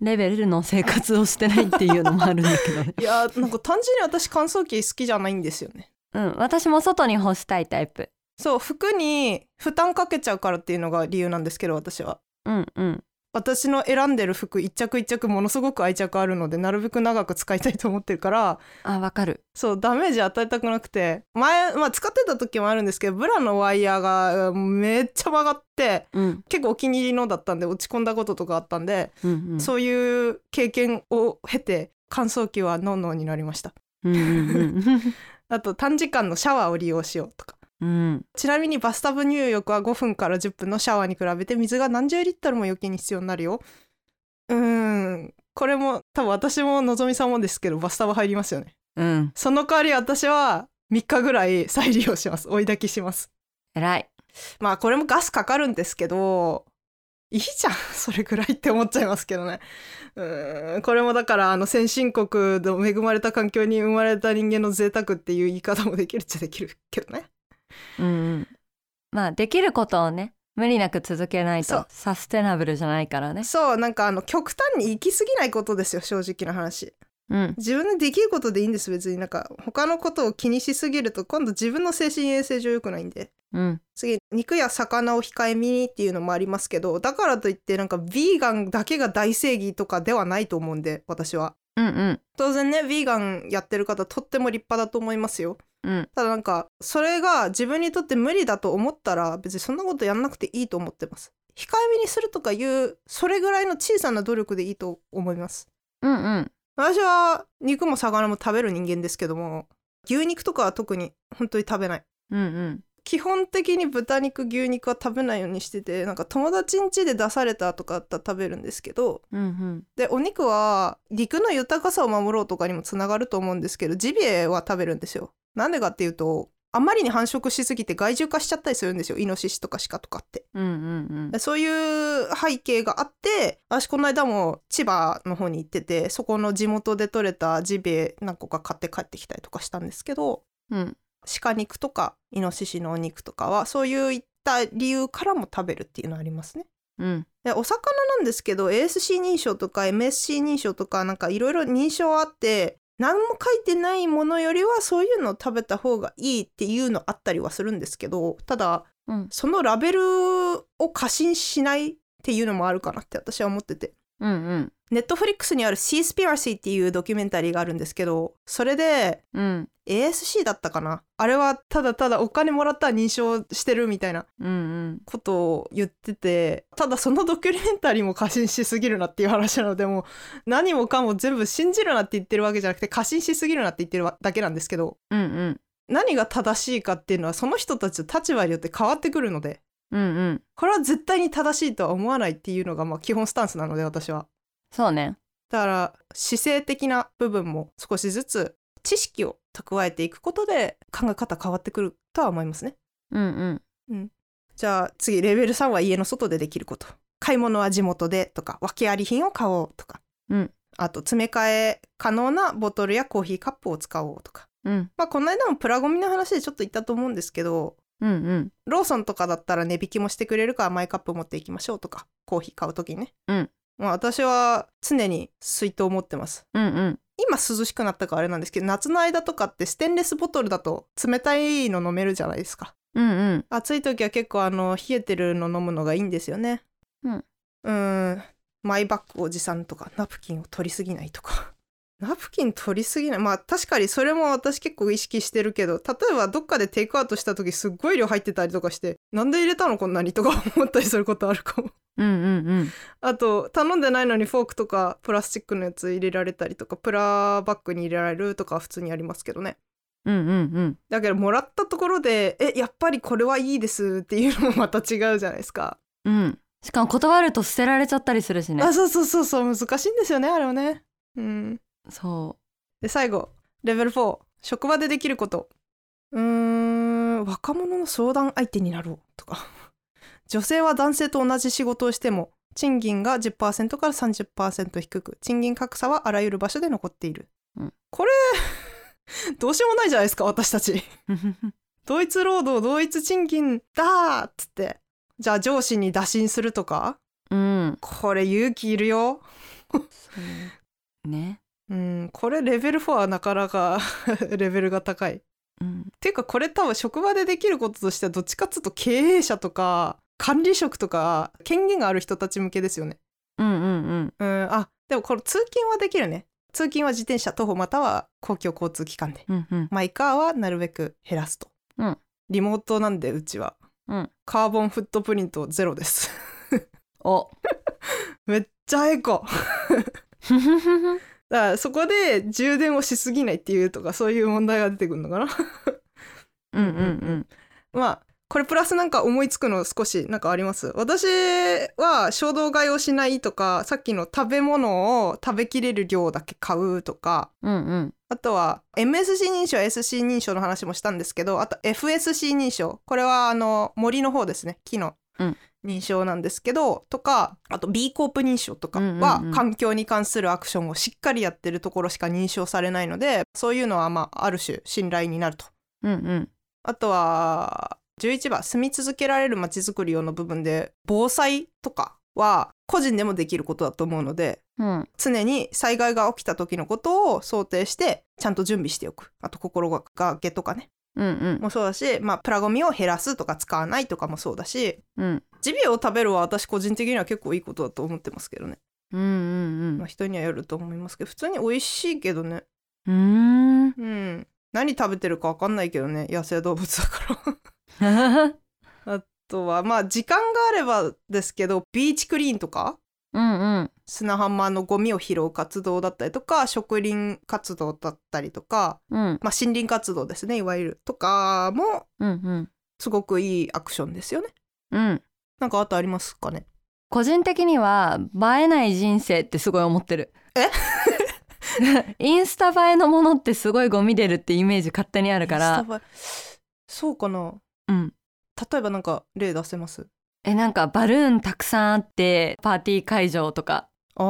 Speaker 2: レベルの生活をしてないっていうのもあるんだけどね
Speaker 1: いやーなんか単純に私乾燥機好きじゃないんですよね
Speaker 2: うん私も外に干したいタイプ
Speaker 1: そう服に負担かけちゃうからっていうのが理由なんですけど私は
Speaker 2: うんうん
Speaker 1: 私の選んでる服一着一着ものすごく愛着あるのでなるべく長く使いたいと思ってるから
Speaker 2: あわかる
Speaker 1: そうダメージ与えたくなくて前、まあ、使ってた時もあるんですけどブラのワイヤーがうんめっちゃ曲がって
Speaker 2: うん
Speaker 1: 結構お気に入りのだったんで落ち込んだこととかあったんで、
Speaker 2: うんうん
Speaker 1: そういう経験を経て乾燥機はノンノンになりました
Speaker 2: うんうん
Speaker 1: あと短時間のシャワーを利用しようとか
Speaker 2: うん うん
Speaker 1: ちなみにバスタブ入浴は5分から10分のシャワーに比べて水が何十リットルも余計に必要になるようーんこれも多分私ものぞみさんもですけどバスタブ入りますよね
Speaker 2: うん
Speaker 1: その代わり私は3日ぐらい再利用します追い焚きします
Speaker 2: 偉い
Speaker 1: まあこれもガスかかるんですけどいいじゃん それぐらいって思っちゃいますけどねうーんこれもだからあの先進国の恵まれた環境に生まれた人間の贅沢っていう言い方もできるっちゃできるけどね
Speaker 2: うんうん、まあできることをね無理なく続けない
Speaker 1: そ
Speaker 2: と
Speaker 1: う
Speaker 2: サステナブルじゃないからね
Speaker 1: そうなんかあの極端に行き過ぎないことですよ正直な話
Speaker 2: うん
Speaker 1: 自分でできることでいいんです別になんか他のことを気にしすぎると今度自分の精神衛生上良くないんで
Speaker 2: うん
Speaker 1: 次肉や魚を控えめにっていうのもありますけどだからといってなんかビーガンだけが大正義とかではないと思うんで私は
Speaker 2: うんうん
Speaker 1: 当然ねビーガンやってる方とっても立派だと思いますよ
Speaker 2: うん
Speaker 1: ただなんかそれが自分にとって無理だと思ったら別にそんなことやんなくていいと思ってます控えめにするとかいうそれぐらいの小さな努力でいいと思います
Speaker 2: うんうん
Speaker 1: 私は肉も魚も食べる人間ですけども牛肉とかは特に本当に食べない
Speaker 2: うんうん
Speaker 1: 基本的に豚肉牛肉は食べないようにしててなんか友達ん家で出されたとかだったら食べるんですけど
Speaker 2: うん
Speaker 1: でお肉は陸の豊かさを守ろうとかにもつながると思うんですけどジビエは食べるんですよなんでかっていうとあまりに繁殖しすぎて害獣化しちゃったりするんですよイノシシとかシカとかって
Speaker 2: うんうん
Speaker 1: でそういう背景があって私この間も千葉の方に行っててそこの地元で採れたジビエ何個か買って帰ってきたりとかしたんですけど
Speaker 2: うん
Speaker 1: 鹿肉とかイノシシのお肉とかはそういった理由からも食べるっていうのありますね。
Speaker 2: うん
Speaker 1: でお魚なんですけど ASC 認証とか MSC 認証とかなんかいろいろ認証あって何も書いてないものよりはそういうのを食べた方がいいっていうのあったりはするんですけどただ
Speaker 2: うん
Speaker 1: そのラベルを過信しないっていうのもあるかなって私は思ってて
Speaker 2: うん
Speaker 1: ネットフリックスにある「シースピアシー」っていうドキュメンタリーがあるんですけどそれで
Speaker 2: うん
Speaker 1: ASC だったかなあれはただただお金もらったら認証してるみたいな
Speaker 2: うんうん
Speaker 1: ことを言っててただそのドキュメンタリーも過信しすぎるなっていう話なのでもう何もかも全部信じるなって言ってるわけじゃなくて過信しすぎるなって言ってるわだけなんですけど
Speaker 2: うんうん
Speaker 1: 何が正しいかっていうのはその人たちの立場によって変わってくるので
Speaker 2: うんうん
Speaker 1: これは絶対に正しいとは思わないっていうのがまあ基本スタンスなので私は。
Speaker 2: そうね
Speaker 1: だから姿勢的な部分も少しずつ知識を蓄えていくことで考え方変わってくるとは思いますね。
Speaker 2: うんうん
Speaker 1: じゃあ次レベル3は家の外でできること買い物は地元でとか訳あり品を買おうとか、
Speaker 2: うん
Speaker 1: あと詰め替え可能なボトルやコーヒーカップを使おうとか、
Speaker 2: うん
Speaker 1: まあ、この間もプラゴミの話でちょっと言ったと思うんですけど
Speaker 2: うんうん
Speaker 1: ローソンとかだったら値引きもしてくれるからマイカップ持っていきましょうとかコーヒー買う時にね、
Speaker 2: うん
Speaker 1: まあ、私は常に水筒を持ってます
Speaker 2: うんうん
Speaker 1: 今涼しくなったからあれなんですけど夏の間とかってステンレスボトルだと冷たいの飲めるじゃないですか
Speaker 2: うんうん
Speaker 1: 暑い時は結構あの冷えてるの飲むのがいいんですよね
Speaker 2: うん
Speaker 1: うーんマイバッグおじさんとかナプキンを取りすぎないとか ナプキン取りすぎないまあ確かにそれも私結構意識してるけど例えばどっかでテイクアウトした時すっごい量入ってたりとかしてなんで入れたのこんなにとか思ったりすることあるかも
Speaker 2: うんうんうん
Speaker 1: あと頼んでないのにフォークとかプラスチックのやつ入れられたりとかプラバッグに入れられるとかは普通にありますけどね
Speaker 2: うんうんうん
Speaker 1: だけどもらったところで「えやっぱりこれはいいです」っていうのもまた違うじゃないですか、
Speaker 2: うんしかも断ると捨てられちゃったりするしね
Speaker 1: あそうそうそうそう難しいんですよねあれはねうん
Speaker 2: そ
Speaker 1: で最後レベル4職場でできることうーん若者の相談相手になろうとか 女性は男性と同じ仕事をしても賃金が10%から30%低く賃金格差はあらゆる場所で残っている、
Speaker 2: うん
Speaker 1: これ どうしようもないじゃないですか私たち
Speaker 2: う
Speaker 1: 同一労働同一賃金だーっつってじゃあ上司に打診するとか
Speaker 2: うん
Speaker 1: これ勇気いるよ
Speaker 2: そうね
Speaker 1: うんこれレベル4はなかなか レベルが高いっ
Speaker 2: うん
Speaker 1: ていうかこれ多分職場でできることとしてはどっちかっつうと経営者とか管理職とか権限がある人たち向けですよね
Speaker 2: うんうんうん
Speaker 1: うんあでもこの通勤はできるね通勤は自転車徒歩または公共交通機関で
Speaker 2: うんうん
Speaker 1: マイカーはなるべく減らすと、
Speaker 2: うん
Speaker 1: リモートなんでうちは、
Speaker 2: うん
Speaker 1: カーボンフットプリントゼロです
Speaker 2: お
Speaker 1: めっちゃエコだからそこで充電をしすぎないっていうとかそういう問題が出てくるのかな
Speaker 2: うんうん
Speaker 1: まあこれプラスなんか思いつくの少しなんかあります私は衝動買いをしないとかさっきの食べ物を食べきれる量だけ買うとか
Speaker 2: うんうんうん
Speaker 1: あとは MSC 認証 SC 認証の話もしたんですけどあと FSC 認証これはあの森の方ですね木の
Speaker 2: うん
Speaker 1: 認証なんですけどとかあと B コープ認証とか
Speaker 2: うんうんうん
Speaker 1: は環境に関するアクションをしっかりやってるところしか認証されないのでそういうのはまあある種信頼になると。
Speaker 2: うんうん
Speaker 1: あとは11番住み続けられるまちづくり用の部分で防災とかは個人でもできることだと思うので
Speaker 2: うん
Speaker 1: 常に災害が起きた時のことを想定してちゃんと準備しておくあと心がけとかね
Speaker 2: うん
Speaker 1: もそうだし、まあ、プラゴミを減らすとか使わないとかもそうだし
Speaker 2: うん
Speaker 1: ジビエを食べるは私個人的には結構いいことだと思ってますけどね、
Speaker 2: うんうん
Speaker 1: まあ、人にはよると思いますけど普通に美味しいけどね
Speaker 2: うんうん
Speaker 1: うん何食べてるか分かんないけどね野生動物だから あとはまあ時間があればですけどビーチクリーンとか
Speaker 2: うんうん
Speaker 1: 砂浜のゴミを拾う活動だったりとか植林活動だったりとか、
Speaker 2: うん
Speaker 1: まあ、森林活動ですねいわゆるとかも
Speaker 2: うん
Speaker 1: すごくいいアクションですよね
Speaker 2: うん
Speaker 1: なんかあとありますかね
Speaker 2: 個人的には映えない人生ってすごい思ってる
Speaker 1: え
Speaker 2: インスタ映えのものってすごいゴミ出るってイメージ勝手にあるか
Speaker 1: イン
Speaker 2: ら
Speaker 1: スタ映えそうかな
Speaker 2: うん
Speaker 1: 例えばなんか例出せます
Speaker 2: えなんかバルーンたくさんあってパーティー会場とか
Speaker 1: あ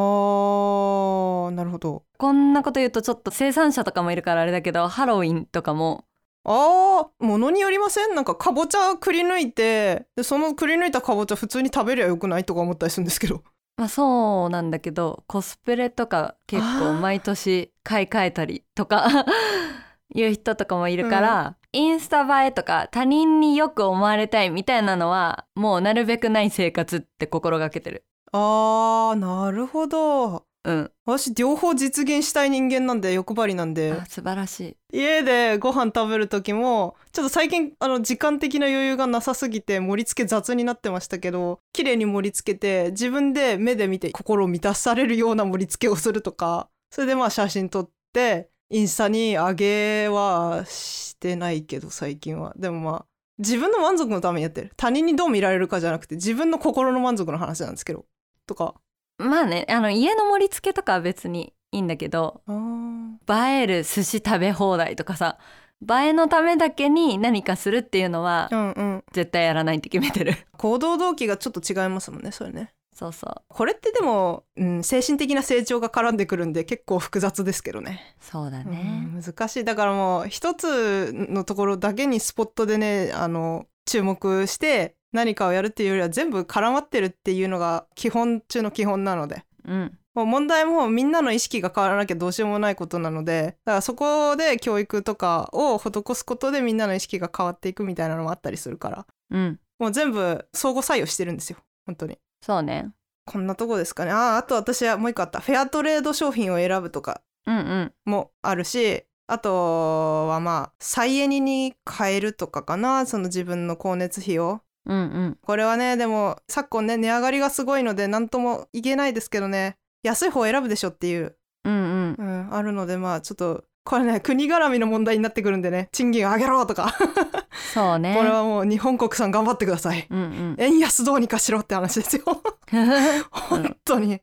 Speaker 1: ーなるほど
Speaker 2: こんなこと言うとちょっと生産者とかもいるからあれだけどハロウィンとかも
Speaker 1: あーものによりませんなんかかぼちゃくり抜いてでそのくり抜いたかぼちゃ普通に食べりゃよくないとか思ったりするんですけど
Speaker 2: まあそうなんだけどコスプレとか結
Speaker 1: あ
Speaker 2: 構
Speaker 1: ー
Speaker 2: 毎年買い替えたりとか いう人とかもいるから、インスタ映えとか他人によく思われたいみたいなのはもうなるべくない生活って心がけてる。
Speaker 1: あーなるほど
Speaker 2: うん、
Speaker 1: 私両方実現したい人間なんで欲張りなんで
Speaker 2: あ素晴らしい。
Speaker 1: 家でご飯食べる時もちょっと最近あの時間的な余裕がなさすぎて盛り付け雑になってましたけど綺麗に盛り付けて自分で目で見て心を満たされるような盛り付けをするとかそれでまあ写真撮ってインスタに上げはしてないけど最近はでもまあ自分の満足のためにやってる他人にどう見られるかじゃなくて自分の心の満足の話なんですけどとか
Speaker 2: まあねあの家の盛り付けとかは別にいいんだけど
Speaker 1: あー
Speaker 2: 映える寿司食べ放題とかさ映えのためだけに何かするっていうのは
Speaker 1: うんうん
Speaker 2: 絶対やらないって決めてる。
Speaker 1: 行動動機がちょっと違いますもんねそれね
Speaker 2: そうそう
Speaker 1: これってでも、うん、精神的な成長が絡んでくるんで結構複雑ですけどね
Speaker 2: そうだね。
Speaker 1: うん難しいだからもう一つのところだけにスポットでねあの注目して何かをやるっていうよりは全部絡まってるっていうのが基本中の基本なので
Speaker 2: うん、
Speaker 1: もう問題もみんなの意識が変わらなきゃどうしようもないことなのでだからそこで教育とかを施すことでみんなの意識が変わっていくみたいなのもあったりするから
Speaker 2: うん、
Speaker 1: もう全部相互作用してるんですよ本当に。
Speaker 2: そうね。
Speaker 1: こんなとこですかねあーあと私はもう一個あったフェアトレード商品を選ぶとか
Speaker 2: うんうん。
Speaker 1: もあるしあとはまあ再エネに変えるとかかなその自分の光熱費を
Speaker 2: うんうん、
Speaker 1: これはねでも昨今ね値上がりがすごいので何とも言えないですけどね安い方を選ぶでしょっていう、
Speaker 2: うんうん、
Speaker 1: うん、あるのでまあちょっとこれね国絡みの問題になってくるんでね賃金上げろとか
Speaker 2: そうね。
Speaker 1: これはもう日本国産頑張ってください
Speaker 2: うんうん。
Speaker 1: 円安どうにかしろって話ですよ本当に、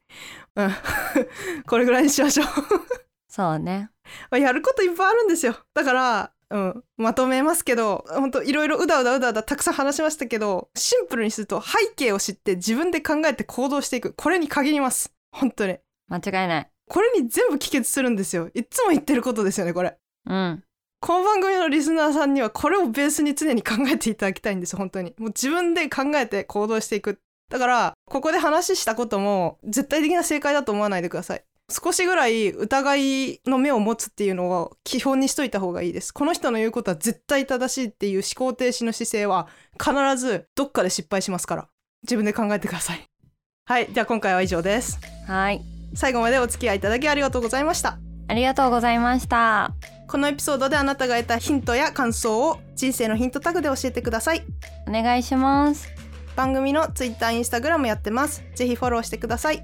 Speaker 1: うん、 これぐらいにしましょう
Speaker 2: そうね。
Speaker 1: まあやることいっぱいあるんですよだから、うん、まとめますけど本当いろいろうだうだうだうだたくさん話しましたけどシンプルにすると背景を知って自分で考えて行動していくこれに限ります本当に
Speaker 2: 間違いない。
Speaker 1: これに全部帰結するんですよいつも言ってることですよねこれ
Speaker 2: うん、
Speaker 1: この番組のリスナーさんにはこれをベースに常に考えていただきたいんです本当にもう自分で考えて行動していくだからここで話したことも絶対的な正解だと思わないでください少しぐらい疑いの目を持つっていうのを基本にしといた方がいいですこの人の言うことは絶対正しいっていう思考停止の姿勢は必ずどっかで失敗しますから自分で考えてくださいはいじゃあ今回は以上です
Speaker 2: はい。
Speaker 1: 最後までお付き合いいただきありがとうございました
Speaker 2: ありがとうございました。
Speaker 1: このエピソードであなたが得たヒントや感想を人生のヒントタグで教えてください
Speaker 2: お願いします。
Speaker 1: 番組の Twitter、Instagram やってますぜひフォローしてください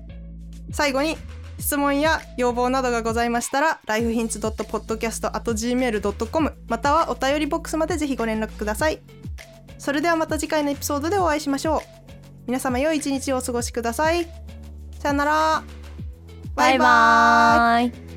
Speaker 1: 最後に質問や要望などがございましたら lifehints.podcast.gmail.com またはお便りボックスまでぜひご連絡くださいそれではまた次回のエピソードでお会いしましょう皆様良い一日をお過ごしくださいさよなら
Speaker 2: バイバーイ。